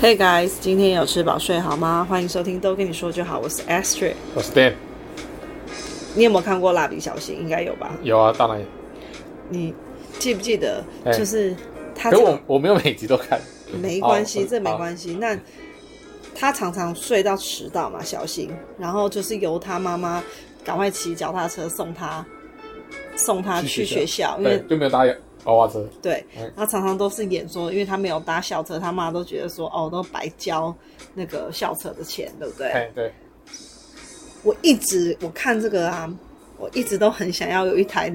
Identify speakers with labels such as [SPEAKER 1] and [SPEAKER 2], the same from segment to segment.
[SPEAKER 1] Hey guys，今天有吃饱睡好吗？欢迎收听都跟你说就好，我是 Astrid。
[SPEAKER 2] 我是 Dan，
[SPEAKER 1] 你有没有看过《蜡笔小新》？应该有吧？
[SPEAKER 2] 有啊，当然有。
[SPEAKER 1] 你记不记得？
[SPEAKER 2] 哎
[SPEAKER 1] 就是他
[SPEAKER 2] 可
[SPEAKER 1] 这
[SPEAKER 2] 是
[SPEAKER 1] 个
[SPEAKER 2] 我我没有每集都看，
[SPEAKER 1] 没关系，
[SPEAKER 2] 哦
[SPEAKER 1] 这没
[SPEAKER 2] 好
[SPEAKER 1] 关系。那他常常睡到迟到嘛，小新。然后就是由他妈妈赶快骑脚踏车送他，送他
[SPEAKER 2] 去
[SPEAKER 1] 去学
[SPEAKER 2] 学校
[SPEAKER 1] 校，因为
[SPEAKER 2] 哦对，就没有搭娃娃车。
[SPEAKER 1] 对
[SPEAKER 2] 嗯，
[SPEAKER 1] 他常常都是演说，因为他没有搭校车，他妈都觉得说哦，都白交那个校车的钱，对不对？
[SPEAKER 2] 哎，对，
[SPEAKER 1] 我一直我看这个啊，我一直都很想要有一台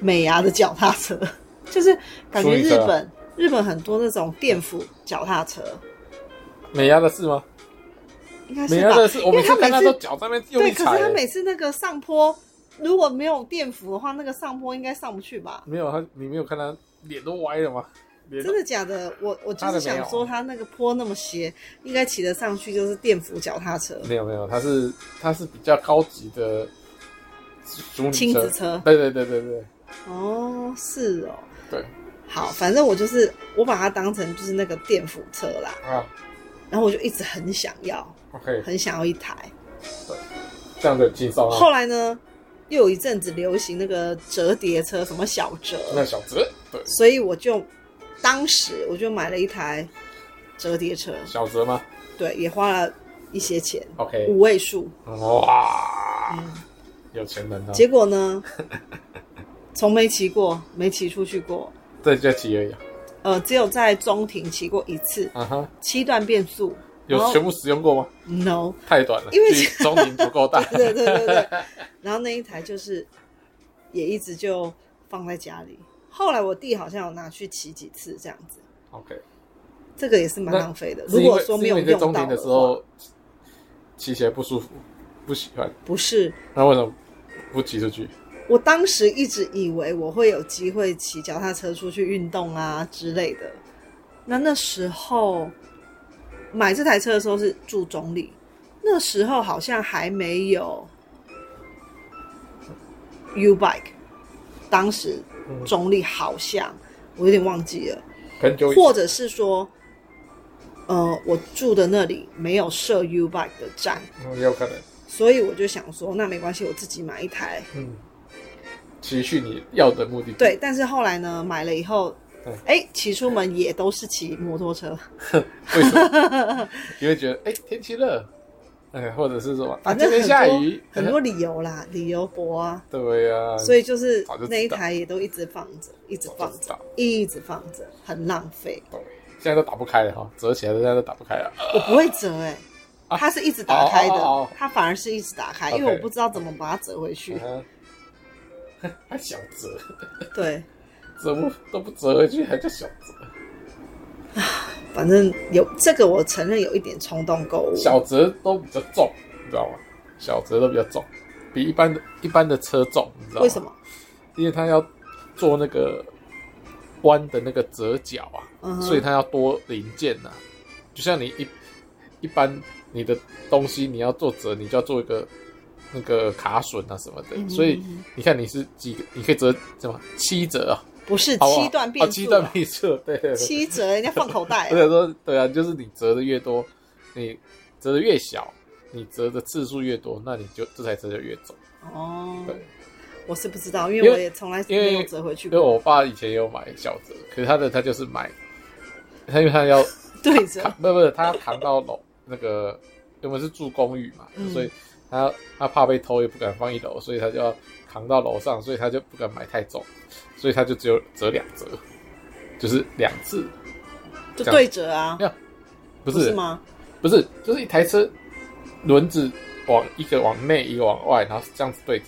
[SPEAKER 1] 美牙的脚踏车， 就是感觉
[SPEAKER 2] 所以
[SPEAKER 1] 日
[SPEAKER 2] 这
[SPEAKER 1] 本日本很多那种电扶脚踏车，
[SPEAKER 2] 美伢的是吗？
[SPEAKER 1] 应该
[SPEAKER 2] 美
[SPEAKER 1] 啊是
[SPEAKER 2] 伢
[SPEAKER 1] 吧
[SPEAKER 2] 的是，？我
[SPEAKER 1] 因为
[SPEAKER 2] 每次
[SPEAKER 1] 他
[SPEAKER 2] 看他
[SPEAKER 1] 每
[SPEAKER 2] 都
[SPEAKER 1] 次
[SPEAKER 2] 脚在那边用
[SPEAKER 1] 对，
[SPEAKER 2] 力
[SPEAKER 1] 可是
[SPEAKER 2] 踩
[SPEAKER 1] 他。每次那个上坡如果没有电扶的话，那个上坡应该上不去吧？
[SPEAKER 2] 没有他，啊你没有看他脸都歪了吗？脸都
[SPEAKER 1] 真的假的？我我就
[SPEAKER 2] 他的
[SPEAKER 1] 是
[SPEAKER 2] 没有
[SPEAKER 1] 想说，他那个坡那么斜，应该骑得上去就是电扶脚踏车、
[SPEAKER 2] 没有没有，他是他是比较高级的淑女
[SPEAKER 1] 亲
[SPEAKER 2] 车
[SPEAKER 1] 子。车。
[SPEAKER 2] 对对对对对
[SPEAKER 1] 哦，是哦。
[SPEAKER 2] 对
[SPEAKER 1] 好，反正我就是我把它当成就是那个电扶车啦，
[SPEAKER 2] 啊
[SPEAKER 1] 然后我就一直很想要，
[SPEAKER 2] ，OK，
[SPEAKER 1] 很想要一台。
[SPEAKER 2] 这样就轻松了。
[SPEAKER 1] 后来呢，又有一阵子流行那个折叠车，什么小折，
[SPEAKER 2] 那小泽，对，
[SPEAKER 1] 所以我就当时我就买了一台折叠车，
[SPEAKER 2] 小泽吗
[SPEAKER 1] 对，也花了一些钱，
[SPEAKER 2] ？OK，
[SPEAKER 1] 五位数。
[SPEAKER 2] 哇，
[SPEAKER 1] 嗯，
[SPEAKER 2] 有钱人啊，
[SPEAKER 1] 结果呢，从没骑过，没骑出去过，
[SPEAKER 2] 这就骑而已啊。
[SPEAKER 1] 呃，只有在中庭骑过一次，
[SPEAKER 2] 啊哈，
[SPEAKER 1] 七段变速。
[SPEAKER 2] 有
[SPEAKER 1] 然后
[SPEAKER 2] 全部使用过吗？
[SPEAKER 1] No，
[SPEAKER 2] 太短了，
[SPEAKER 1] 因为
[SPEAKER 2] 距离中庭不够大。
[SPEAKER 1] 对对对对。然后那一台就是也一直就放在家里。后来我弟好像有拿去骑几次这样子，
[SPEAKER 2] OK，
[SPEAKER 1] 这个也是蛮
[SPEAKER 2] 那
[SPEAKER 1] 浪费的。
[SPEAKER 2] 是
[SPEAKER 1] 如
[SPEAKER 2] 因
[SPEAKER 1] 果
[SPEAKER 2] 为
[SPEAKER 1] 说
[SPEAKER 2] 是
[SPEAKER 1] 没有
[SPEAKER 2] 因为你在
[SPEAKER 1] 用
[SPEAKER 2] 中
[SPEAKER 1] 到
[SPEAKER 2] 庭的时
[SPEAKER 1] 话，
[SPEAKER 2] 候骑起来不舒服，不喜欢，
[SPEAKER 1] 不是，
[SPEAKER 2] 那为什么不骑出去？
[SPEAKER 1] 我当时一直以为我会有机会骑脚踏车出去运动啊之类的。那那时候买这台车的时候是住中立，那时候好像还没有 U Bike，当时
[SPEAKER 2] 嗯
[SPEAKER 1] 中立好像我有点忘记了，
[SPEAKER 2] 很久以
[SPEAKER 1] 或者是说，呃，我住的那里没有设 U Bike 的站，
[SPEAKER 2] 嗯也有可能，
[SPEAKER 1] 所以我就想说，那没关系，我自己买一台
[SPEAKER 2] 嗯，骑去你要的目的地。
[SPEAKER 1] 对，但是后来呢，买了以后
[SPEAKER 2] 对，啊
[SPEAKER 1] 哎，骑出门也都是骑摩托车，
[SPEAKER 2] 为什么？你会觉得哎、天气热，哎，或者是什么？啊，
[SPEAKER 1] 反正
[SPEAKER 2] 今
[SPEAKER 1] 很多
[SPEAKER 2] 天下雨，哎
[SPEAKER 1] 很多理由啦，理由博啊，
[SPEAKER 2] 对呀、
[SPEAKER 1] 所以就是
[SPEAKER 2] 早就知道
[SPEAKER 1] 那一台也都一直放着，一直放
[SPEAKER 2] 早就知
[SPEAKER 1] 着
[SPEAKER 2] 道，
[SPEAKER 1] 一直放着，很浪费。
[SPEAKER 2] 对现在都打不开了哈，折起来的现在都打不开了。
[SPEAKER 1] 我不会折哎、
[SPEAKER 2] 啊
[SPEAKER 1] 它是一直打开
[SPEAKER 2] 哦哦
[SPEAKER 1] 的
[SPEAKER 2] 哦哦，
[SPEAKER 1] 它反而是一直打开，因为
[SPEAKER 2] OK
[SPEAKER 1] 我不知道怎么把它折回去。
[SPEAKER 2] 嗯哼还小折，
[SPEAKER 1] 对，
[SPEAKER 2] 折不都不折回去，还叫小折？
[SPEAKER 1] 反正有这个，我承认有一点冲动购物。
[SPEAKER 2] 小折都比较重，你知道吗？小折都比较重，比一般的一般的车重，你知道吗？
[SPEAKER 1] 为什？么？
[SPEAKER 2] 因为它要做那个弯的那个折角啊，
[SPEAKER 1] 嗯哼
[SPEAKER 2] 所以它要多零件呐、就像你一一般你的东西你要做折，你就要做一个那个卡榫啊什么的，
[SPEAKER 1] 嗯
[SPEAKER 2] 所以你看你是几个，你可以折什么七折啊，
[SPEAKER 1] 不是
[SPEAKER 2] 好不好
[SPEAKER 1] 呃七段
[SPEAKER 2] 啊
[SPEAKER 1] 变
[SPEAKER 2] 七
[SPEAKER 1] 速、
[SPEAKER 2] 段
[SPEAKER 1] 啊，
[SPEAKER 2] 变速，对对对。
[SPEAKER 1] 七折人家放口 袋、
[SPEAKER 2] 或者说，对啊，就是你折的越多，你折的越小，你折的次数越多，那你就这台车就越重。
[SPEAKER 1] 哦
[SPEAKER 2] 对，
[SPEAKER 1] 我是不知道，因
[SPEAKER 2] 因
[SPEAKER 1] 为
[SPEAKER 2] 为
[SPEAKER 1] 我也从来
[SPEAKER 2] 因为
[SPEAKER 1] 没有折回去
[SPEAKER 2] 因为
[SPEAKER 1] 过。
[SPEAKER 2] 我爸以前也有买小折，可是他的他就是买，他因为他要
[SPEAKER 1] 对折
[SPEAKER 2] 扛，，不不，他要扛到楼那个，因为我们是住公寓嘛，
[SPEAKER 1] 嗯
[SPEAKER 2] 所以他他怕被偷，也不敢放一楼，所以他就要扛到楼上，所以他就不敢买太重，所以他就只有折两折，就是两次，
[SPEAKER 1] 就对折啊
[SPEAKER 2] 没，有，不
[SPEAKER 1] 不
[SPEAKER 2] 是
[SPEAKER 1] 是吗？
[SPEAKER 2] 不是，就是一台车轮子往一个往内，一个往外，然后这样子对折，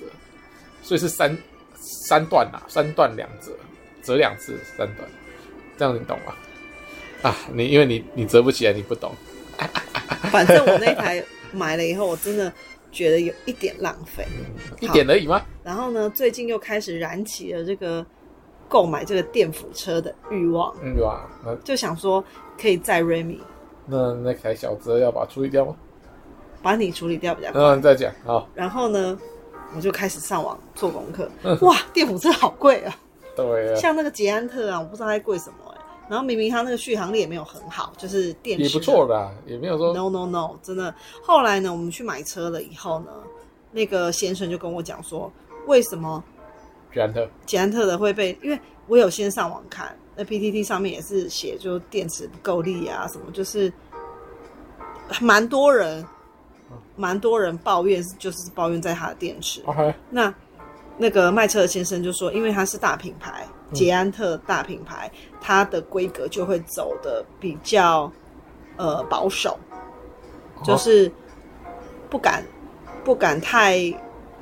[SPEAKER 2] 所以是三三段啦、三段两折，折两次三段，这样你懂吗？ 啊，你因为你你折不起来，你不懂。
[SPEAKER 1] 反正我那台买了以后，我真的觉得有一点浪费。
[SPEAKER 2] 一点而已吗？
[SPEAKER 1] 然后呢，最近又开始燃起了这个购买这个电辅车的欲望，
[SPEAKER 2] 嗯，对吧？那
[SPEAKER 1] 就想说可以载 Remy
[SPEAKER 2] 那那台小折要把它处理掉吗？
[SPEAKER 1] 把你处理掉比较快。
[SPEAKER 2] 嗯，再讲好，
[SPEAKER 1] 然后呢，我就开始上网做功课
[SPEAKER 2] 嗯。
[SPEAKER 1] 哇，电辅车好贵啊！
[SPEAKER 2] 对啊，
[SPEAKER 1] 像那个捷安特啊，我不知道它贵什么、欸，然后明明它那个续航力也没有很好，就是电池啊
[SPEAKER 2] 也不错啦，也没有说
[SPEAKER 1] No no no，真的。后来呢，我们去买车了以后呢，那个先生就跟我讲说，为什么
[SPEAKER 2] 捷安特
[SPEAKER 1] 捷安特的会被？因为我有先上网看，那 PTT 上面也是写，就电池不够力啊，什么就是蛮多人，蛮多人抱怨，就是抱怨在它的电池。
[SPEAKER 2] ，OK，
[SPEAKER 1] 那那个卖车的先生就说，因为它是大品牌，捷安特大品牌，它的规格就会走的比较呃保守，就是不敢不敢太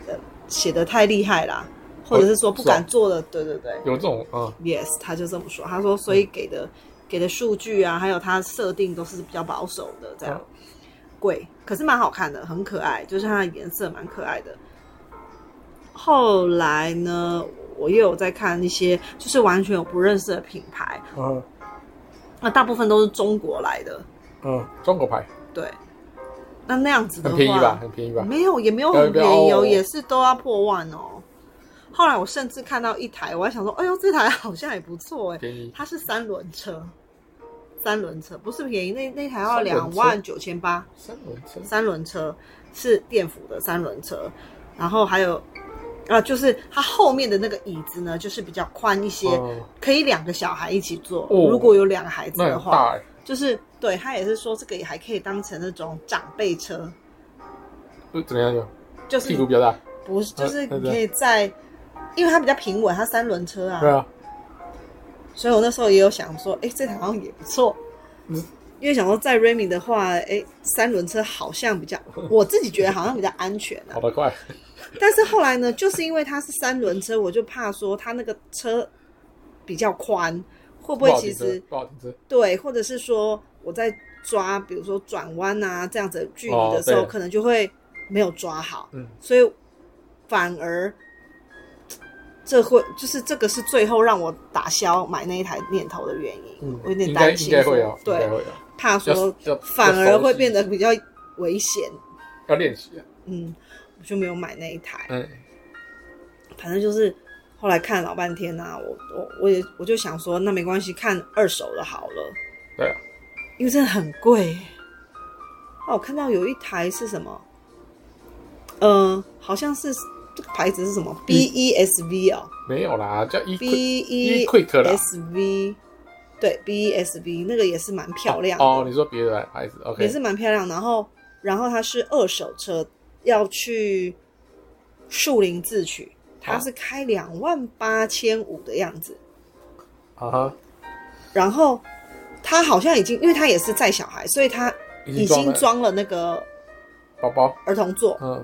[SPEAKER 1] 呃写的太厉害啦，或者是说不
[SPEAKER 2] 是
[SPEAKER 1] 敢
[SPEAKER 2] 啊
[SPEAKER 1] 做的，对对对
[SPEAKER 2] 有这种嗯
[SPEAKER 1] ，yes，他就这么说，他说所以给的、给的数据啊，还有他设定都是比较保守的这样
[SPEAKER 2] 嗯，
[SPEAKER 1] 贵，可是蛮好看的，很可爱，就是它的颜色蛮可爱的。后来呢，我又有在看一些就是完全我不认识的品牌，
[SPEAKER 2] 嗯
[SPEAKER 1] 那大部分都是中国来的，
[SPEAKER 2] 嗯，中国牌
[SPEAKER 1] 对，那那样子的话，
[SPEAKER 2] 很便宜吧，很便宜吧，
[SPEAKER 1] 没有，也没有很便
[SPEAKER 2] 不
[SPEAKER 1] 宜
[SPEAKER 2] 要
[SPEAKER 1] 哦，
[SPEAKER 2] 哦
[SPEAKER 1] 也是都要破万哦。后来我甚至看到一台，我还想说，哎呦，这台好像也不错哎，
[SPEAKER 2] 便宜
[SPEAKER 1] 它是三轮车，三轮车不是便宜，那那台要
[SPEAKER 2] 三轮
[SPEAKER 1] 两
[SPEAKER 2] 车
[SPEAKER 1] 万九千八，
[SPEAKER 2] 三轮车
[SPEAKER 1] 三轮车是电辅的三轮车，然后还有啊，就是它后面的那个椅子呢，就是比较宽一些，
[SPEAKER 2] 哦
[SPEAKER 1] 可以两个小孩一起坐，
[SPEAKER 2] 哦
[SPEAKER 1] 如果有两个孩子
[SPEAKER 2] 那
[SPEAKER 1] 的
[SPEAKER 2] 很
[SPEAKER 1] 话，
[SPEAKER 2] 大哎，
[SPEAKER 1] 就是对他也是说这个也还可以当成那种长辈车，
[SPEAKER 2] 呃怎么样就
[SPEAKER 1] 就
[SPEAKER 2] 屁
[SPEAKER 1] 是
[SPEAKER 2] 股比较大，
[SPEAKER 1] 不是，就是
[SPEAKER 2] 啊那
[SPEAKER 1] 你
[SPEAKER 2] 个
[SPEAKER 1] 可以在，因为它比较平稳，它三轮车啊
[SPEAKER 2] 对，啊，
[SPEAKER 1] 所以我那时候也有想说，哎、这台好像也不错，
[SPEAKER 2] 嗯
[SPEAKER 1] 因为想说在 Remy 的话，哎、三轮车好像比较，我自己觉得好像比较安全啊
[SPEAKER 2] 跑。得快，
[SPEAKER 1] 但是后来呢，就是因为它是三轮车，我就怕说它那个车比较宽，会不
[SPEAKER 2] 不
[SPEAKER 1] 会
[SPEAKER 2] 好
[SPEAKER 1] 其
[SPEAKER 2] 停车
[SPEAKER 1] 实，
[SPEAKER 2] 不好停车，
[SPEAKER 1] 对，或者是说我在抓，比如说转弯啊这样子的距离的时候，
[SPEAKER 2] 哦对
[SPEAKER 1] 可能就会没有抓好，
[SPEAKER 2] 嗯
[SPEAKER 1] 所以反而这会就是这个是最后让我打消买那一台念头的原因。
[SPEAKER 2] 嗯，
[SPEAKER 1] 我有点
[SPEAKER 2] 应该
[SPEAKER 1] 担心
[SPEAKER 2] 应该会有，应该
[SPEAKER 1] 对，
[SPEAKER 2] 会有，
[SPEAKER 1] 怕说
[SPEAKER 2] 要要
[SPEAKER 1] 反而会变
[SPEAKER 2] 得
[SPEAKER 1] 得比较危险，
[SPEAKER 2] 要练习啊，
[SPEAKER 1] 嗯，我就没有买那一台。
[SPEAKER 2] 嗯，
[SPEAKER 1] 反正就是后来看老半天呐、我我我也我就想说，那没关系，看二手的好了，
[SPEAKER 2] 对啊，
[SPEAKER 1] 因为真的很贵。哦，我看到有一台是什么？呃，好像是这个牌子是什么？B E S V 哦
[SPEAKER 2] 没有啦，叫一
[SPEAKER 1] ，B E
[SPEAKER 2] Quick 啦
[SPEAKER 1] S V，对，B E S V 那个也是蛮漂亮的，
[SPEAKER 2] 哦，你说别的牌子，OK，
[SPEAKER 1] 也是蛮漂亮。然后，然后它是二手车，要去树林自取，它
[SPEAKER 2] 哦
[SPEAKER 1] 是开两万八千五的样子。
[SPEAKER 2] 啊哈，
[SPEAKER 1] 然后他好像已经，因为他也是载小孩，所以他已
[SPEAKER 2] 已
[SPEAKER 1] 经
[SPEAKER 2] 经装了
[SPEAKER 1] 装了那个
[SPEAKER 2] 包包，
[SPEAKER 1] 儿童座。
[SPEAKER 2] 嗯，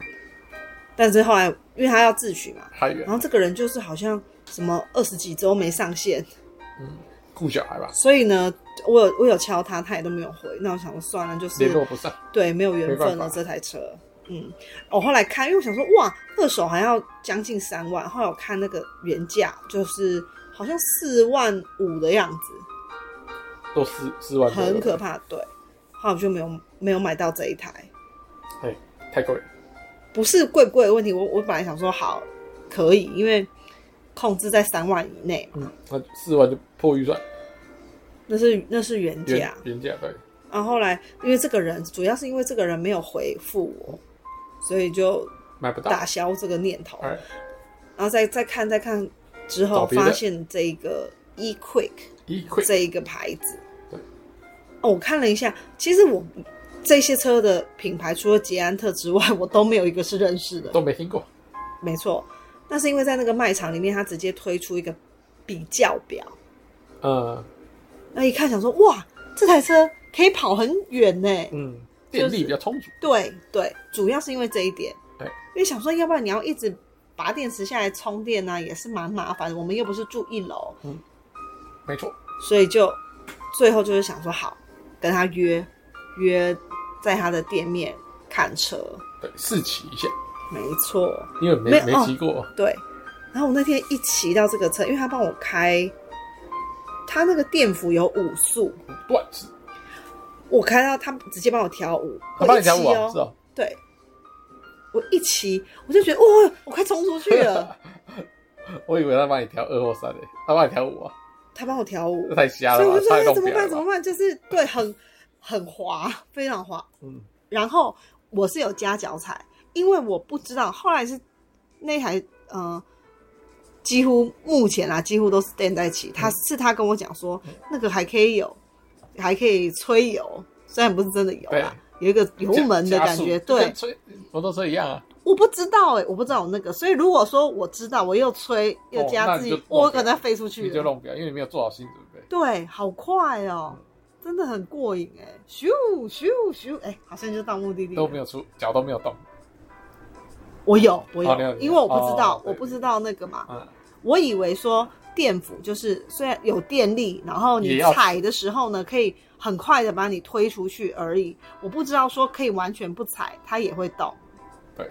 [SPEAKER 1] 但是后来，因为他要自取嘛，
[SPEAKER 2] 太远
[SPEAKER 1] 然，后这个人就是好像什么二十几周没上线，
[SPEAKER 2] 顾小孩吧，
[SPEAKER 1] 所以呢，我有我有敲他，他也都没有回。那我想说算了，就是
[SPEAKER 2] 联络不上，
[SPEAKER 1] 对没有缘分
[SPEAKER 2] 没办
[SPEAKER 1] 了
[SPEAKER 2] 法
[SPEAKER 1] 这台车。嗯，我后来看，因为我想说哇，二手还要将近三万，后来我看那个原价就是好像四万五的样子。
[SPEAKER 2] 都四四万多了，
[SPEAKER 1] 很可怕。对，后来我就没有没有买到这一台，
[SPEAKER 2] 哎，太贵了，
[SPEAKER 1] 不是贵不贵的问题。我我本来想说好可以，因为控制在三万以内嘛，
[SPEAKER 2] 嗯，那四万就破预算，
[SPEAKER 1] 那是那是原
[SPEAKER 2] 原
[SPEAKER 1] 价。
[SPEAKER 2] 原价对，
[SPEAKER 1] 然后后来因为这个人，主要是因为这个人没有回复我，所以就
[SPEAKER 2] 买不到，
[SPEAKER 1] 打消这个念头。
[SPEAKER 2] 哎，
[SPEAKER 1] 然后再再看再看之
[SPEAKER 2] 找
[SPEAKER 1] 后，
[SPEAKER 2] 别的
[SPEAKER 1] 发现这一个 E Quick。
[SPEAKER 2] 一块
[SPEAKER 1] 这一个牌子
[SPEAKER 2] 对。
[SPEAKER 1] 哦，我看了一下，其实我这些车的品牌除了捷安特之外，我都没有一个是认识的。
[SPEAKER 2] 都没听过，
[SPEAKER 1] 没错，但是因为在那个卖场里面，它直接推出一个比较表，
[SPEAKER 2] 嗯
[SPEAKER 1] 那一看想说，哇，这台车可以跑很远呢。
[SPEAKER 2] 嗯，电力比较充足，
[SPEAKER 1] 对对，主要是因为这一点。
[SPEAKER 2] 对，
[SPEAKER 1] 因为想说，要不然你要一直拔电池下来充电呢、也是蛮麻烦的。我们又不是住一楼，
[SPEAKER 2] 没错，
[SPEAKER 1] 所以就最后就是想说好，跟他约约在他的店面看车，
[SPEAKER 2] 对，试骑一下，
[SPEAKER 1] 没错，
[SPEAKER 2] 因为没
[SPEAKER 1] 没有
[SPEAKER 2] 没
[SPEAKER 1] 哦
[SPEAKER 2] 骑过，
[SPEAKER 1] 对。然后我那天一骑到这个车，因为他帮我开，他那个电辅有五速，
[SPEAKER 2] 断是，
[SPEAKER 1] 我开到他直接帮我调五，
[SPEAKER 2] 他
[SPEAKER 1] 我
[SPEAKER 2] 帮
[SPEAKER 1] 一
[SPEAKER 2] 你讲
[SPEAKER 1] 骑
[SPEAKER 2] 五啊，是
[SPEAKER 1] 哦，
[SPEAKER 2] 哦，
[SPEAKER 1] 对，我一骑我就觉得 哇、我快冲出去了，
[SPEAKER 2] 我以为他帮你调二或三嘞，他帮你调五啊，
[SPEAKER 1] 他帮我调 舞
[SPEAKER 2] 这，太瞎
[SPEAKER 1] 所以我
[SPEAKER 2] 了吧
[SPEAKER 1] 就，说
[SPEAKER 2] 太
[SPEAKER 1] 哎
[SPEAKER 2] 弄
[SPEAKER 1] 怎么
[SPEAKER 2] 表
[SPEAKER 1] 办
[SPEAKER 2] 了
[SPEAKER 1] 怎么
[SPEAKER 2] 吧。
[SPEAKER 1] 办？就是对，很很滑，非常滑。
[SPEAKER 2] 嗯，
[SPEAKER 1] 然后我是有加脚踩，因为我不知道后来是那台呃，几乎目前啊几乎都是 stand 在一
[SPEAKER 2] 嗯
[SPEAKER 1] 起。他是他跟我讲说，那个还可以有，还可以吹油，虽然不是真的油啦，有一个油门的
[SPEAKER 2] 加
[SPEAKER 1] 感觉。
[SPEAKER 2] 加速就
[SPEAKER 1] 对
[SPEAKER 2] 跟， 吹摩托车一样啊，
[SPEAKER 1] 我不知道哎、我不知道我那个，所以如果说我知道，我又吹又
[SPEAKER 2] 哦
[SPEAKER 1] 加
[SPEAKER 2] 那
[SPEAKER 1] 自
[SPEAKER 2] 你
[SPEAKER 1] 己，
[SPEAKER 2] 就
[SPEAKER 1] 我
[SPEAKER 2] 弄
[SPEAKER 1] 可能飞出去
[SPEAKER 2] 你就
[SPEAKER 1] 了。
[SPEAKER 2] 弄表，因为你没有做好心理准备。
[SPEAKER 1] 对，好快哦、真的很过瘾哎、咻咻咻，哎、好像就到目的地了
[SPEAKER 2] 都没有出脚都没有动，
[SPEAKER 1] 我有，我有，
[SPEAKER 2] 哦你有
[SPEAKER 1] 因为我不知道，
[SPEAKER 2] 哦
[SPEAKER 1] 我不知道那个嘛，
[SPEAKER 2] 嗯，
[SPEAKER 1] 我以为说电辅就是虽然有电力，然后
[SPEAKER 2] 也
[SPEAKER 1] 你
[SPEAKER 2] 要
[SPEAKER 1] 踩的时候呢，可以很快的把你推出去而已。我不知道说可以完全不踩，它也会动。
[SPEAKER 2] 对，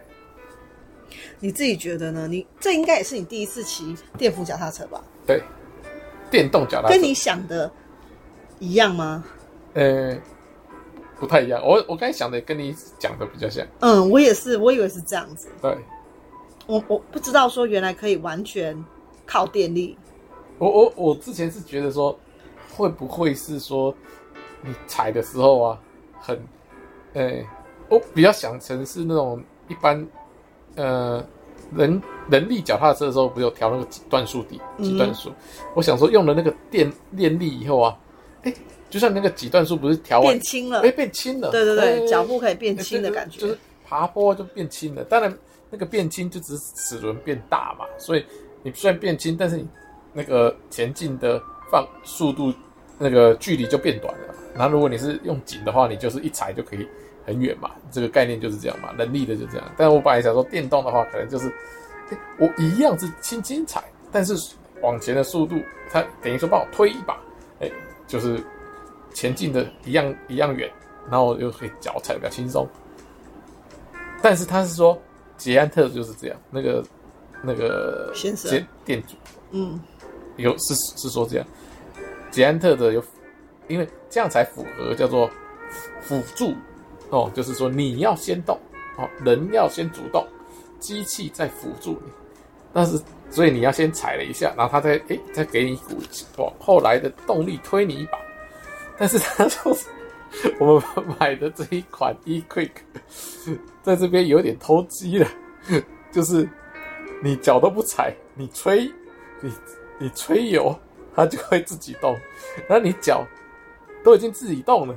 [SPEAKER 1] 你自己觉得呢？你这应该也是你第一次骑电辅脚踏车吧？
[SPEAKER 2] 对，电动脚踏车
[SPEAKER 1] 跟你想的一样吗？
[SPEAKER 2] 呃不太一样。我我刚才想的跟你讲的比较像，
[SPEAKER 1] 嗯，我也是，我以为是这样子，
[SPEAKER 2] 对
[SPEAKER 1] 我我不知道说原来可以完全靠电力。
[SPEAKER 2] 我我我之前是觉得说，会不会是说你踩的时候啊，很，呃、我比较想成是那种一般，呃，人人力脚踏车的时候不是有调那个几段数底
[SPEAKER 1] 嗯
[SPEAKER 2] 几段数，我想说用了那个电电力以后啊，哎、就像那个几段数不是调完
[SPEAKER 1] 变，轻了
[SPEAKER 2] 哎、，变轻了，
[SPEAKER 1] 对对对，脚步可以
[SPEAKER 2] 哎
[SPEAKER 1] 变轻的感
[SPEAKER 2] 就
[SPEAKER 1] 觉
[SPEAKER 2] 是。爬坡就变轻了。当然，那个变轻就只是齿轮变大嘛，所以你虽然变轻，但是你那个前进的放速度那个距离就变短了。然后如果你是用紧的话，你就是一踩就可以很远嘛，这个概念就是这样嘛，人力的就这样。但我本来想说电动的话，可能就是、哎我一样是轻轻踩，但是往前的速度，它等于说帮我推一把，哎、就是前进的一样一样远，然后又可以脚踩得比较轻松。但是他是说捷安特就是这样，那个那个
[SPEAKER 1] 先生
[SPEAKER 2] 捷店主
[SPEAKER 1] 嗯，
[SPEAKER 2] 有是是说这样，捷安特的有，因为这样才符合叫做辅辅助哦，就是说你要先动哦，人要先主动，机器在辅助你，但是所以你要先踩了一下，然后他再诶再给你一股往后来的动力推你一把，但是他说我们买的这一款 E Quick 在这边有点偷鸡了，就是你脚都不踩，你吹你你吹油，它就会自己动。然后你脚都已经自己动了，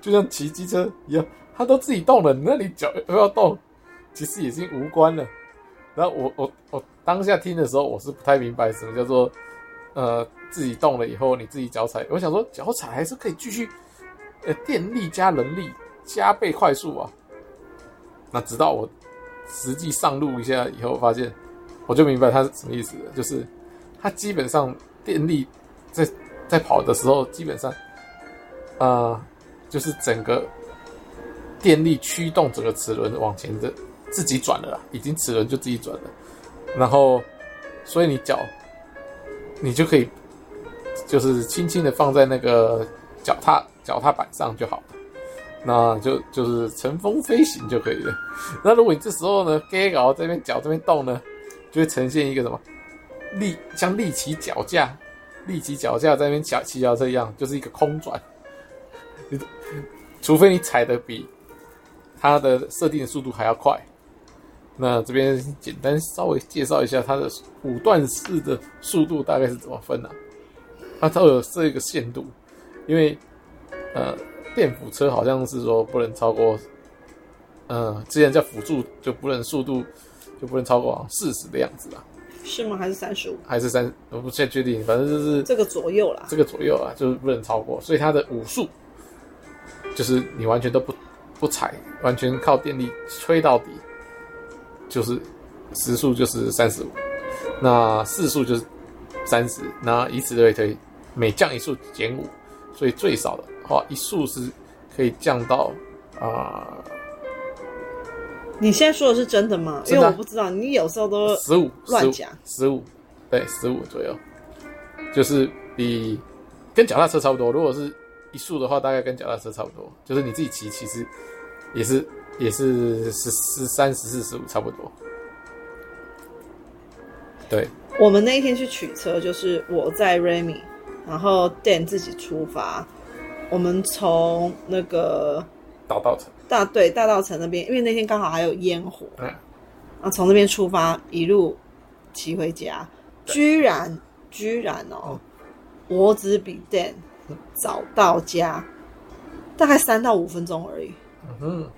[SPEAKER 2] 就像骑机车一样，它都自己动了，那你脚要不要动，其实已经无关了。然后我我我当下听的时候，我是不太明白什么叫做呃自己动了以后你自己脚踩。我想说脚踩还是可以继续，呃电力加人力加倍快速啊。那直到我实际上路一下以后，发现我就明白它是什么意思了，就是它基本上电力在在跑的时候，基本上，呃，就是整个电力驱动整个齿轮往前的自己转了啦，已经齿轮就自己转了，然后所以你脚你就可以就是轻轻的放在那个脚踏脚踏板上就好了。那就就是乘风飞行就可以了。那如果你这时候呢，给搞这边脚这边动呢，就会呈现一个什么立像立起脚架，立起脚架在那边骑骑脚车一样，就是一个空转。 你除非你踩的比它的设定的速度还要快。那这边简单稍微介绍一下它的五段式的速度大概是怎么分呢、它都有设一个限度，因为呃电辅车好像是说不能超过，呃之前叫辅助就不能速度就不能超过四十的样子啦。
[SPEAKER 1] 是吗？还是三十五？
[SPEAKER 2] 还是三，我不确确定，反正就是
[SPEAKER 1] 这个左右啦。
[SPEAKER 2] 这个左右啊，就是不能超过，所以它的五速就是你完全都不不踩，完全靠电力吹到底，就是时速就是三十五，那四速就是三十，那以此类推，每降一速减五，所以最少的话一速是可以降到啊
[SPEAKER 1] 你现在说的是真的吗？因
[SPEAKER 2] 真
[SPEAKER 1] 为
[SPEAKER 2] 的啊
[SPEAKER 1] 我不知道，你有时候都
[SPEAKER 2] 十五
[SPEAKER 1] 呃乱讲
[SPEAKER 2] 十五对十五左右，就是比跟脚踏车差不多。如果是一速的话，大概跟脚踏车差不多，就是你自己骑，其实也是也是十十三、十四、十五差不多。对，
[SPEAKER 1] 我们那一天去取车，就是我在 Remy，然后 Dan 自己出发，我们从那个
[SPEAKER 2] 导到城，
[SPEAKER 1] 大对大道城那边，因为那天刚好还有烟火，
[SPEAKER 2] 嗯，
[SPEAKER 1] 然后从那边出发，一路骑回家，居然居然哦，我只比 Dan 早到家，大概三到五分钟而已，
[SPEAKER 2] 嗯哼，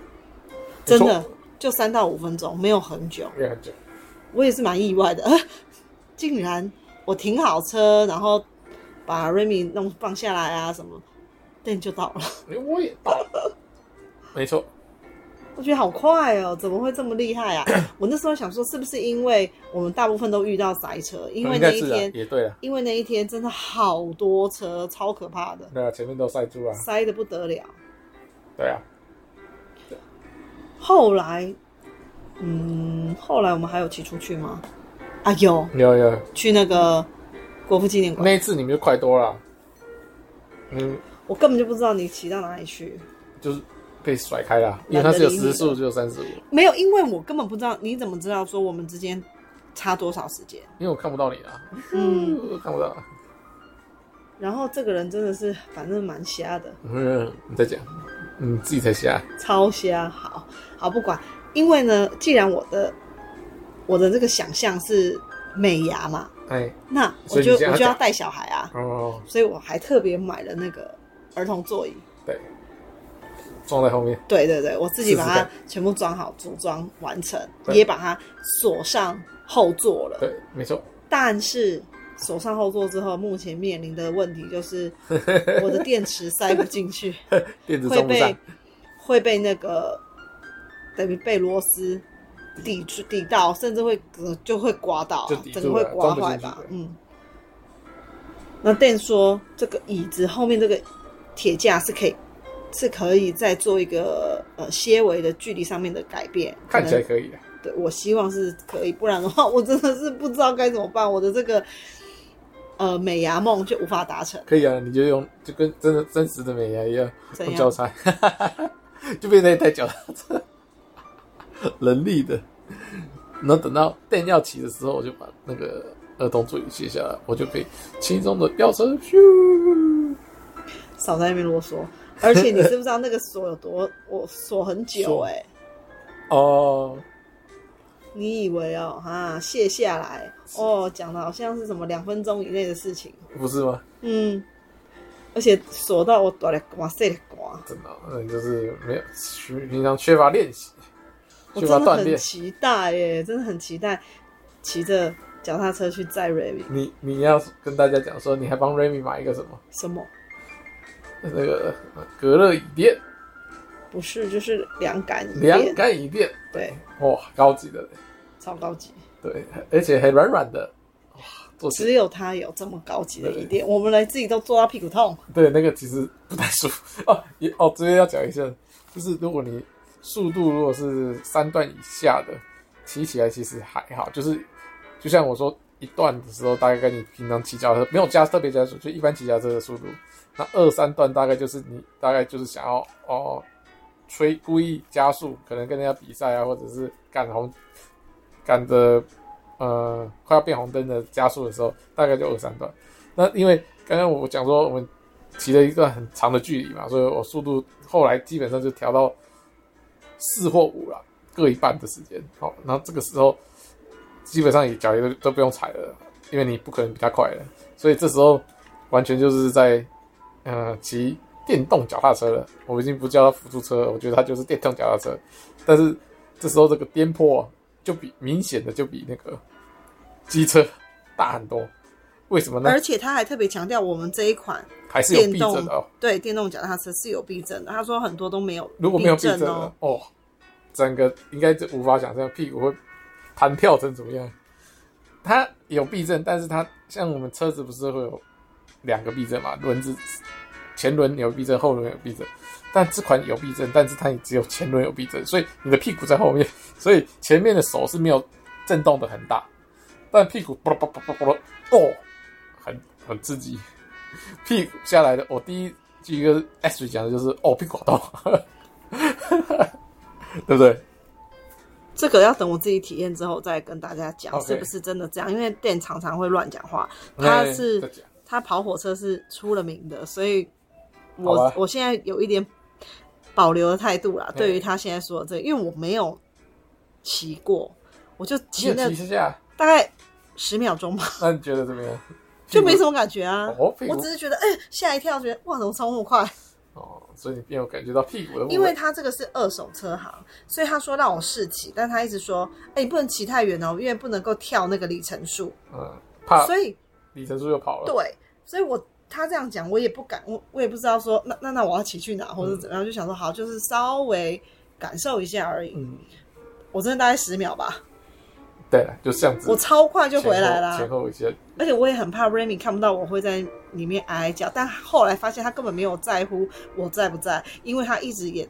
[SPEAKER 1] 真
[SPEAKER 2] 没
[SPEAKER 1] 的
[SPEAKER 2] 错哎
[SPEAKER 1] 就三到五分钟，没有很久。
[SPEAKER 2] 没有很久，
[SPEAKER 1] 我也是蛮意外的， 竟然我停好车，然后把 Remy 弄放下来啊什么，但就到了。
[SPEAKER 2] 哎我也到了， 没错，
[SPEAKER 1] 我觉得好快哦，怎么会这么厉害啊？ 我那时候想说，是不是因为我们大部分都遇到塞车，因为
[SPEAKER 2] 应
[SPEAKER 1] 那
[SPEAKER 2] 该
[SPEAKER 1] 一
[SPEAKER 2] 是啊
[SPEAKER 1] 天，，
[SPEAKER 2] 也对啊，
[SPEAKER 1] 因为那一天真的好多车，超可怕的，
[SPEAKER 2] 对啊，前面都塞住啊，
[SPEAKER 1] 塞的不得了。
[SPEAKER 2] 对啊，
[SPEAKER 1] 后来，嗯，后来我们还有骑出去吗？啊，有
[SPEAKER 2] 有有，
[SPEAKER 1] 去那个国父纪念馆，
[SPEAKER 2] 那一次你们就快多了，嗯，
[SPEAKER 1] 我根本就不知道你骑到哪里去。
[SPEAKER 2] 就是被甩开了，因为它是有
[SPEAKER 1] 懒得
[SPEAKER 2] 时
[SPEAKER 1] 理你了
[SPEAKER 2] 速，只有三十五，
[SPEAKER 1] 没有，因为我根本不知道，你怎么知道说我们之间差多少时间？
[SPEAKER 2] 因为我看不到你啊，
[SPEAKER 1] 嗯，
[SPEAKER 2] 我看不到，
[SPEAKER 1] 然后这个人真的是，反正蛮瞎的，
[SPEAKER 2] 嗯，你在讲，你自己才啊瞎，
[SPEAKER 1] 超瞎。好，好不管，因为呢，既然我的我的这个想象是美牙嘛，
[SPEAKER 2] 哎，
[SPEAKER 1] 那
[SPEAKER 2] 所
[SPEAKER 1] 我
[SPEAKER 2] 以
[SPEAKER 1] 就
[SPEAKER 2] 你现在
[SPEAKER 1] 我就
[SPEAKER 2] 要
[SPEAKER 1] 要带小孩啊，
[SPEAKER 2] 哦，
[SPEAKER 1] 所以我还特别买了那个儿童座椅。
[SPEAKER 2] 对，撞在后面，
[SPEAKER 1] 对对对，我自己把
[SPEAKER 2] 试试
[SPEAKER 1] 它
[SPEAKER 2] 看
[SPEAKER 1] 全部装好，组装完成，
[SPEAKER 2] 对
[SPEAKER 1] 也把它锁上后座了。
[SPEAKER 2] 对，没错，
[SPEAKER 1] 但是手上后座之后，目前面临的问题就是 我的电池塞不进去，
[SPEAKER 2] 电子
[SPEAKER 1] 会
[SPEAKER 2] 装不上
[SPEAKER 1] 被，会被那个等于被螺丝抵住抵到，甚至会呃就会刮到啊
[SPEAKER 2] 就抵，住
[SPEAKER 1] 整个会
[SPEAKER 2] 了
[SPEAKER 1] 刮
[SPEAKER 2] 装不
[SPEAKER 1] 坏
[SPEAKER 2] 进
[SPEAKER 1] 吧
[SPEAKER 2] 去对？
[SPEAKER 1] 嗯。那店说这个椅子后面这个铁架是可以。是可以再做一个呃些微的距离上面的改变，
[SPEAKER 2] 看起
[SPEAKER 1] 可能
[SPEAKER 2] 来可以的，啊
[SPEAKER 1] 对，我希望是可以，不然的话，我真的是不知道该怎么办，我的这个呃美牙梦就无法达成。
[SPEAKER 2] 可以啊，你就用就跟真的真实的美牙一样，
[SPEAKER 1] 怎
[SPEAKER 2] 用
[SPEAKER 1] 样
[SPEAKER 2] 交叉， 就变成一台脚踏车， 人力的。然后等到电要骑的时候，我就把那个儿童座椅卸下来，我就可以轻松的飙车，咻，
[SPEAKER 1] 少在那边啰嗦。而且你知不知道那个锁有多？我锁很久
[SPEAKER 2] 锁
[SPEAKER 1] 哎、
[SPEAKER 2] 哦，
[SPEAKER 1] 你以为哦啊卸下来哦，讲的好像是什么两分钟以内的事情，
[SPEAKER 2] 不是吗？
[SPEAKER 1] 嗯，而且锁到我短了刮碎了刮，
[SPEAKER 2] 真的，那你就是没有缺平常缺乏练习，
[SPEAKER 1] 我
[SPEAKER 2] 缺
[SPEAKER 1] 真
[SPEAKER 2] 乏
[SPEAKER 1] 的
[SPEAKER 2] 锻
[SPEAKER 1] 很
[SPEAKER 2] 炼。
[SPEAKER 1] 期待耶、真的很期待骑着脚踏车去载 Ravi
[SPEAKER 2] 你你要跟大家讲说，你还帮 Remy 买一个什么？
[SPEAKER 1] 什么？
[SPEAKER 2] 那个隔热椅垫、
[SPEAKER 1] 不是，就是凉感椅
[SPEAKER 2] 凉
[SPEAKER 1] 垫
[SPEAKER 2] 感椅垫，
[SPEAKER 1] 对，
[SPEAKER 2] 哇，高级的嘞，
[SPEAKER 1] 超高级，
[SPEAKER 2] 对，而且还软软的，哇，坐起来
[SPEAKER 1] 只有它有这么高级的椅垫，我们来自己都坐到屁股痛。
[SPEAKER 2] 对，那个其实不太舒服哦。也哦，这边要讲一下，就是如果你速度如果是三段以下的，骑起来其实还好，就是就像我说一段的时候，大概跟你平常骑脚踏车没有加特别加速，就一般骑脚踏车的速度。那二三段大概就是你大概就是想要哦，吹故意加速，可能跟人家比赛啊，或者是赶红赶着呃快要变红灯的加速的时候，大概就二三段。那因为刚刚我讲说我们骑了一段很长的距离嘛，所以我速度后来基本上就调到四或五了，各一半的时间。好，然后这个时候基本上也脚也都都不用踩了，因为你不可能比他快了，所以这时候完全就是在呃骑电动脚踏车了。我已经不叫它辅助车了，我觉得它就是电动脚踏车。但是这时候这个颠簸、啊、就比明显的就比那个机车大很多。为什么呢？
[SPEAKER 1] 而且他还特别强调，我们这一款
[SPEAKER 2] 还是有
[SPEAKER 1] 电
[SPEAKER 2] 避
[SPEAKER 1] 动
[SPEAKER 2] 震的哦。
[SPEAKER 1] 对电动脚踏车是有避震的。他说很多都没有，
[SPEAKER 2] 如果没有避
[SPEAKER 1] 避
[SPEAKER 2] 震
[SPEAKER 1] 震
[SPEAKER 2] 的
[SPEAKER 1] 哦，
[SPEAKER 2] 哦，整个应该就无法想象屁股会弹跳成怎么样。它有避震，但是它像我们车子不是会有两个避震嘛，轮子前轮有避震，后轮有避震。但这款有避震，但是它也只有前轮有避震，所以你的屁股在后面，所以前面的手是没有震动的很大，但屁股啵啵啵啵啵啵，哦，很很刺激。屁股下来的，我第一第一个 S 讲的就是哦，屁股好痛，对不对？
[SPEAKER 1] 这个要等我自己体验之后再跟大家讲
[SPEAKER 2] OK
[SPEAKER 1] 是不是真的这样，因为店常常会乱讲话，
[SPEAKER 2] 那
[SPEAKER 1] 他是
[SPEAKER 2] 再讲
[SPEAKER 1] 他跑火车是出了名的，所以
[SPEAKER 2] 好啊
[SPEAKER 1] 我
[SPEAKER 2] 吧
[SPEAKER 1] 我现在有一点保留的态度啦，
[SPEAKER 2] 嗯
[SPEAKER 1] 对于他现在说的这个，因为我没有骑过，我就骑
[SPEAKER 2] 你
[SPEAKER 1] 了
[SPEAKER 2] 有骑一下，
[SPEAKER 1] 大概十秒钟 吧，
[SPEAKER 2] 那你觉得怎么样？
[SPEAKER 1] 就没什么感觉啊。
[SPEAKER 2] 哦，屁
[SPEAKER 1] 我
[SPEAKER 2] 股
[SPEAKER 1] 只是觉得，哎、吓一跳，觉得哇，怎么超那么快？
[SPEAKER 2] 哦，所以你没有感觉到屁股的部
[SPEAKER 1] 因为
[SPEAKER 2] 分。
[SPEAKER 1] 他这个是二手车行，所以他说让我试骑，但他一直说，哎、你不能骑太远哦，因为不能够跳那个里程数。
[SPEAKER 2] 嗯，怕
[SPEAKER 1] 所以
[SPEAKER 2] 里程数又跑了。
[SPEAKER 1] 对，所以我他这样讲，我也不敢，我我也不知道说，那那那我要骑去哪，或
[SPEAKER 2] 嗯
[SPEAKER 1] 者怎么样，就想说好，就是稍微感受一下而已。
[SPEAKER 2] 嗯，
[SPEAKER 1] 我真的大概十秒吧，
[SPEAKER 2] 对了，就这样子，
[SPEAKER 1] 我超快就回来
[SPEAKER 2] 嗯前
[SPEAKER 1] 啦。
[SPEAKER 2] 后前后一些，
[SPEAKER 1] 而且我也很怕 Remy 看不到我会在里面哀哀叫，但后来发现他根本没有在乎我在不在，因为他一直也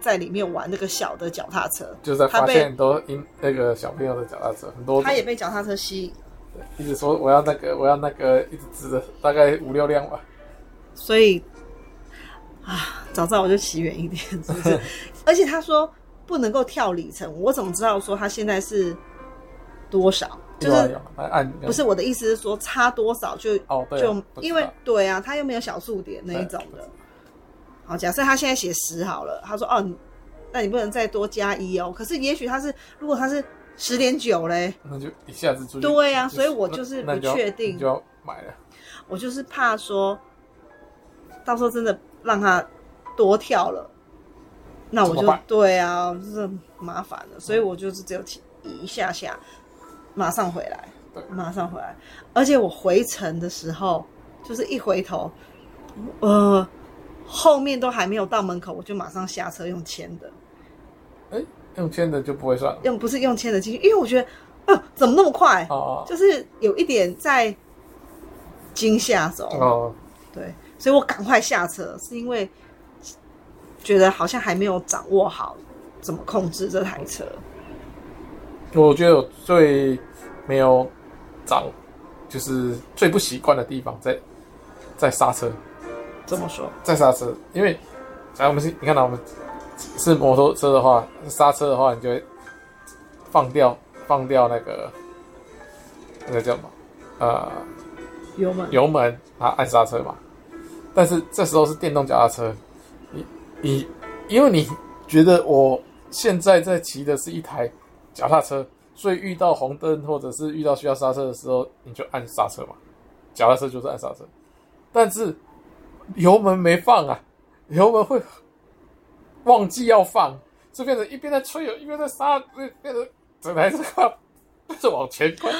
[SPEAKER 1] 在里面玩那个小的脚踏车。
[SPEAKER 2] 就在
[SPEAKER 1] 他
[SPEAKER 2] 发
[SPEAKER 1] 被
[SPEAKER 2] 现都因那个小朋友的脚踏车很多种，
[SPEAKER 1] 他也被脚踏车吸引，
[SPEAKER 2] 一直说我要那个我要那个，一直指着大概五六辆吧。
[SPEAKER 1] 所以啊，早知道我就骑远一点，是不是？而且他说不能够跳里程，我怎么知道说他现在是多少？就
[SPEAKER 2] 有啊
[SPEAKER 1] 是
[SPEAKER 2] 有啊那按
[SPEAKER 1] 不是我的意思是说差多少就
[SPEAKER 2] 哦，对啊，
[SPEAKER 1] 就
[SPEAKER 2] 不知道
[SPEAKER 1] 因为对啊，他又没有小数点那一种
[SPEAKER 2] 对
[SPEAKER 1] 的。好，假设他现在写十好了，他说哦，你那你不能再多加一哦。可是也许他是如果他是十点九嘞，
[SPEAKER 2] 那就一下子出去。
[SPEAKER 1] 对啊
[SPEAKER 2] 就
[SPEAKER 1] 所以我就是
[SPEAKER 2] 那那
[SPEAKER 1] 不
[SPEAKER 2] 就要
[SPEAKER 1] 确定
[SPEAKER 2] 你就要买了。
[SPEAKER 1] 我就是怕说，到时候真的让他多跳了，那我
[SPEAKER 2] 怎
[SPEAKER 1] 就
[SPEAKER 2] 么办
[SPEAKER 1] 对啊，就是很麻烦了，所以我就是只有提一下下，马上回来
[SPEAKER 2] 对，
[SPEAKER 1] 马上回来。而且我回程的时候，就是一回头，呃，后面都还没有到门口，我就马上下车用签的，
[SPEAKER 2] 哎，用签的就不会算了。
[SPEAKER 1] 用不是用签的进去，因为我觉得，呃，怎么那么快？
[SPEAKER 2] 哦
[SPEAKER 1] 就是有一点在惊吓中。
[SPEAKER 2] 哦哦，
[SPEAKER 1] 对，所以我赶快下车，是因为觉得好像还没有掌握好怎么控制这台车。
[SPEAKER 2] 我觉得我最没有掌，就是最不习惯的地方在在刹车，
[SPEAKER 1] 这么说，
[SPEAKER 2] 在刹车，因为假如我们是你看到我们是摩托车的话，刹车的话，你就会放掉放掉那个那个叫什么呃
[SPEAKER 1] 油门
[SPEAKER 2] 油门，然后按刹车嘛。但是这时候是电动脚踏车，你你因为你觉得我现在在骑的是一台脚踏车，所以遇到红灯或者是遇到需要刹车的时候，你就按刹车嘛。脚踏车就是按刹车，但是油门没放啊，油门会忘记要放，就变成一边在吹油，一边在刹，变成整台车快 就是往前快，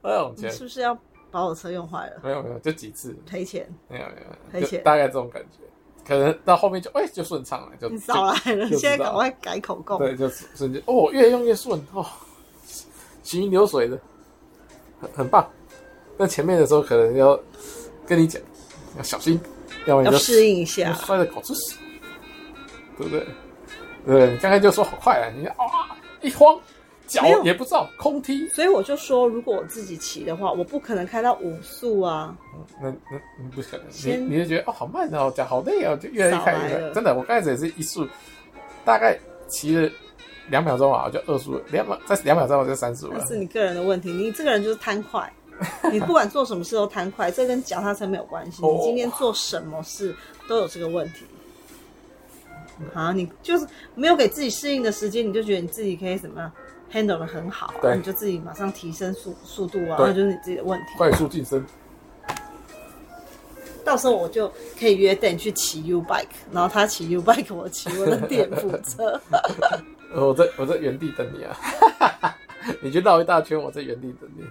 [SPEAKER 2] 快往
[SPEAKER 1] 你
[SPEAKER 2] 前。
[SPEAKER 1] 是不是要把我车用坏 了？
[SPEAKER 2] 没有没有，就几次，
[SPEAKER 1] 赔钱，
[SPEAKER 2] 没有没
[SPEAKER 1] 赔
[SPEAKER 2] 有，就
[SPEAKER 1] 钱
[SPEAKER 2] 大概这种感觉。可能到后面就哎、就顺畅了，就
[SPEAKER 1] 你 少来了，
[SPEAKER 2] 就
[SPEAKER 1] 现在
[SPEAKER 2] 知道
[SPEAKER 1] 赶快改口
[SPEAKER 2] 就
[SPEAKER 1] 供。
[SPEAKER 2] 对，就瞬间哦，越用越顺哦，行云流水的，很很棒。那前面的时候可能要跟你讲要小心，要不然
[SPEAKER 1] 要
[SPEAKER 2] 你就
[SPEAKER 1] 适应一啊
[SPEAKER 2] 你
[SPEAKER 1] 下
[SPEAKER 2] 就，摔得狗吃屎，对不对？对，你刚才就说好快啊，你看啊一慌，脚
[SPEAKER 1] 没有
[SPEAKER 2] 也不知道空踢，
[SPEAKER 1] 所以我就说，如果我自己骑的话，我不可能开到五速啊。
[SPEAKER 2] 那那你不可能，你
[SPEAKER 1] 先
[SPEAKER 2] 你就觉得哦好慢哦，讲好累哦，就越来越
[SPEAKER 1] 少
[SPEAKER 2] 开
[SPEAKER 1] 来
[SPEAKER 2] 越快
[SPEAKER 1] 了
[SPEAKER 2] 真的，我刚开始也是一速，大概骑了两秒钟啊，我就二速了，两秒再两秒钟我就三速
[SPEAKER 1] 那
[SPEAKER 2] 了。
[SPEAKER 1] 是你个人的问题，你这个人就是贪快，你不管做什么事都贪快，这跟脚踏车没有关系。
[SPEAKER 2] 哦
[SPEAKER 1] 你今天做什么事都有这个问题。啊，你就是没有给自己适应的时间，你就觉得你自己可以怎么样 handle 的很好、啊，
[SPEAKER 2] 对
[SPEAKER 1] 你就自己马上提升速速度啊，
[SPEAKER 2] 对
[SPEAKER 1] 那就是你自己的问题。
[SPEAKER 2] 快速晋升，
[SPEAKER 1] 到时候我就可以约 Dan 去骑 U bike，然后他骑 U bike，我骑我 的电扶车。
[SPEAKER 2] 呃我在我在原地等你啊， 你去绕一大圈，我在原地等你。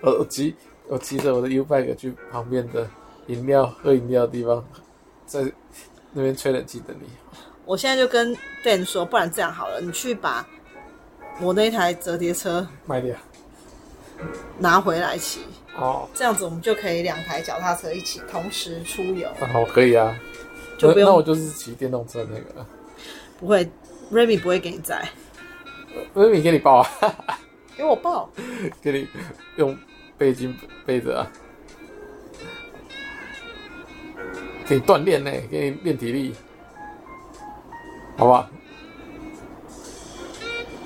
[SPEAKER 2] 我我骑我骑着我的 U bike 去旁边的饮料喝饮料的地方，在那边吹冷气等你。
[SPEAKER 1] 我现在就跟 Dan 说，不然这样好了，你去把我那一台折叠车
[SPEAKER 2] 卖掉
[SPEAKER 1] 拿回来骑，
[SPEAKER 2] 哦，
[SPEAKER 1] 这样子我们就可以两台脚踏车一起同时出游，
[SPEAKER 2] 那好可以啊。
[SPEAKER 1] 就不
[SPEAKER 2] 那那我
[SPEAKER 1] 用
[SPEAKER 2] 就是骑电动车那个啊。
[SPEAKER 1] 不会 Remy 不会给你载，
[SPEAKER 2] 那你给你包啊，
[SPEAKER 1] 给我抱。
[SPEAKER 2] 给你用背巾背着啊，给你锻炼呢，给你练体力，好吧？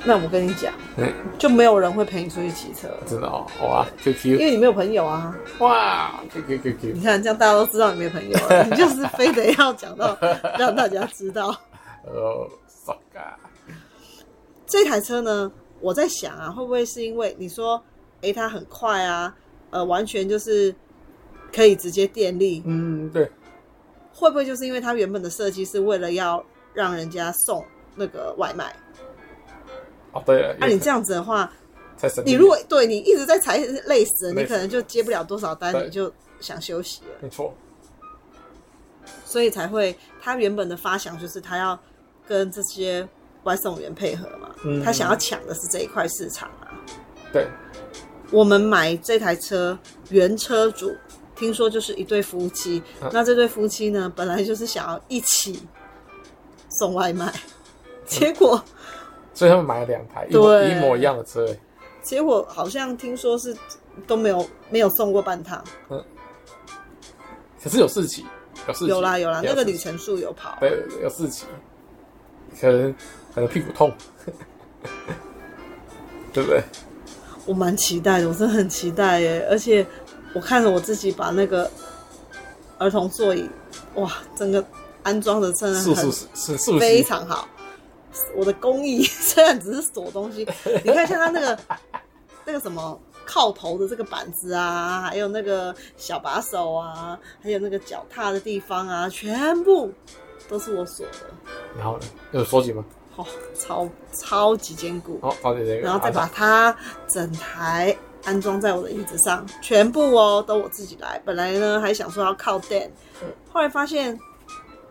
[SPEAKER 1] 那我跟你讲
[SPEAKER 2] 嗯，
[SPEAKER 1] 就没有人会陪你出去骑车，
[SPEAKER 2] 真的哦，哇
[SPEAKER 1] 因
[SPEAKER 2] ，QQ，
[SPEAKER 1] 为你没有朋友啊。
[SPEAKER 2] 哇，QQQQ，
[SPEAKER 1] 你看，这样大家都知道你没朋友 了，你就是非得要讲到让大家知道。
[SPEAKER 2] 哦，傻嘎，
[SPEAKER 1] 这台车呢，我在想啊，会不会是因为你说，诶，它很快啊，呃，完全就是可以直接电力，
[SPEAKER 2] 嗯，对，
[SPEAKER 1] 会不会就是因为它原本的设计是为了要让人家送那个外卖？
[SPEAKER 2] 哦对了，
[SPEAKER 1] 那、啊你这样子的话，
[SPEAKER 2] 才神秘，
[SPEAKER 1] 你如果对你一直在踩累死了，
[SPEAKER 2] 累
[SPEAKER 1] 你
[SPEAKER 2] 死
[SPEAKER 1] 可能就接不了多少单，
[SPEAKER 2] 对
[SPEAKER 1] 你就想休息了，
[SPEAKER 2] 没错，
[SPEAKER 1] 所以才会他原本的发想就是他要跟这些外送员配合嘛，
[SPEAKER 2] 嗯
[SPEAKER 1] 他想要抢的是这一块市场啊。
[SPEAKER 2] 对，
[SPEAKER 1] 我们买这台车，原车主听说就是一对夫妻，
[SPEAKER 2] 嗯
[SPEAKER 1] 那这对夫妻呢，本来就是想要一起送外卖，结果
[SPEAKER 2] 所以他们买了两台一模
[SPEAKER 1] 对
[SPEAKER 2] 一模一样的车，哎
[SPEAKER 1] 结果好像听说是都没有没有送过半趟，
[SPEAKER 2] 可是有四期，有四期，
[SPEAKER 1] 有啦有啦，那个
[SPEAKER 2] 四期
[SPEAKER 1] 里程数有跑，
[SPEAKER 2] 对，有四期，可能可能屁股痛， 对不对？
[SPEAKER 1] 我蛮期待的，我真的很期待耶！而且我看着我自己把那个儿童座椅，哇，整个安装的真的
[SPEAKER 2] 速
[SPEAKER 1] 嗯很
[SPEAKER 2] 速是速
[SPEAKER 1] 非
[SPEAKER 2] 吸，
[SPEAKER 1] 常好。我的工艺 虽然只是锁东 西，你看像它那个那个什么靠头的这个板子啊，还有那个小把手啊，还有那个脚踏的地方啊，全部都是我锁的，
[SPEAKER 2] 然后呢，有收紧吗？
[SPEAKER 1] 哦，超超级坚固。
[SPEAKER 2] 哦，好，你这个，
[SPEAKER 1] 然后再把它整台安装在我的椅子上，全部哦都我自己来。本来呢还想说要靠垫
[SPEAKER 2] 嗯，
[SPEAKER 1] 后来发现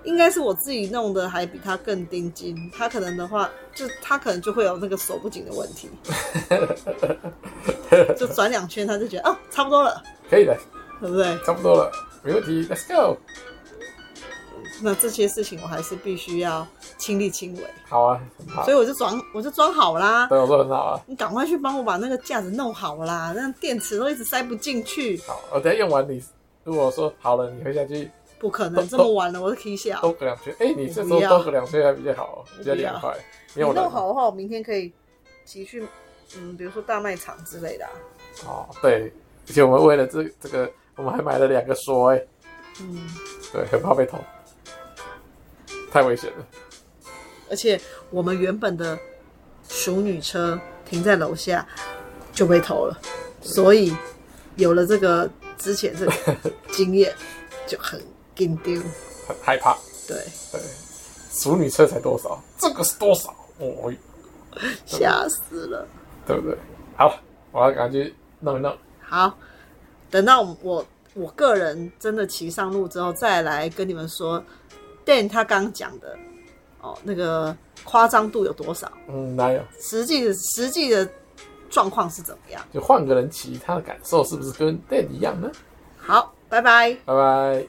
[SPEAKER 1] 应该是我自己弄的，还比它更钉紧。它可能的话，就它可能就会有那个锁不紧的问 题，就转两圈，它就觉得哦差不多了，
[SPEAKER 2] 可以的，
[SPEAKER 1] 对不对？
[SPEAKER 2] 差不多了，没问题，Let's go。
[SPEAKER 1] 那这些事情我还是必须要亲力亲为，
[SPEAKER 2] 好啊，很好
[SPEAKER 1] 所，以我就装我就装好啦。
[SPEAKER 2] 对我说很好啊。
[SPEAKER 1] 你赶快去帮我把那个架子弄好啦，那电池都一直塞不进去。
[SPEAKER 2] 好，我等一下用完你，如果说好了，你回下去
[SPEAKER 1] 不可
[SPEAKER 2] 都
[SPEAKER 1] 能这么晚了，我是 K 笑。
[SPEAKER 2] 多隔两圈。哎，你这时
[SPEAKER 1] 我
[SPEAKER 2] 候
[SPEAKER 1] 不要
[SPEAKER 2] 多隔两圈还比较好，比较
[SPEAKER 1] 我不要
[SPEAKER 2] 凉快。
[SPEAKER 1] 你
[SPEAKER 2] 没有人
[SPEAKER 1] 弄好的话，我明天可以骑去，嗯，比如说大卖场之类的、啊。
[SPEAKER 2] 哦，对，而且我们为了这这个，我们还买了两个锁，哎，
[SPEAKER 1] 嗯，
[SPEAKER 2] 对，很怕被偷，太危险了。
[SPEAKER 1] 而且我们原本的熟女车停在楼下就被偷了，所以有了这个之前这个经验，就很紧丢。
[SPEAKER 2] 很害怕。
[SPEAKER 1] 对，
[SPEAKER 2] 对，熟女车才多少？这个是多少？哦，
[SPEAKER 1] 吓死了。
[SPEAKER 2] 对不对？好，我要赶快去弄一弄。
[SPEAKER 1] 好，等到我我我个人真的骑上路之后，再来跟你们说，Dan 他刚讲的哦，那个夸张度有多少？
[SPEAKER 2] 嗯，哪有？
[SPEAKER 1] 实际的实际的状况是怎么样？
[SPEAKER 2] 就换个人骑，他的感受是不是跟 Dan 一样呢？
[SPEAKER 1] 好，拜拜。
[SPEAKER 2] 拜拜。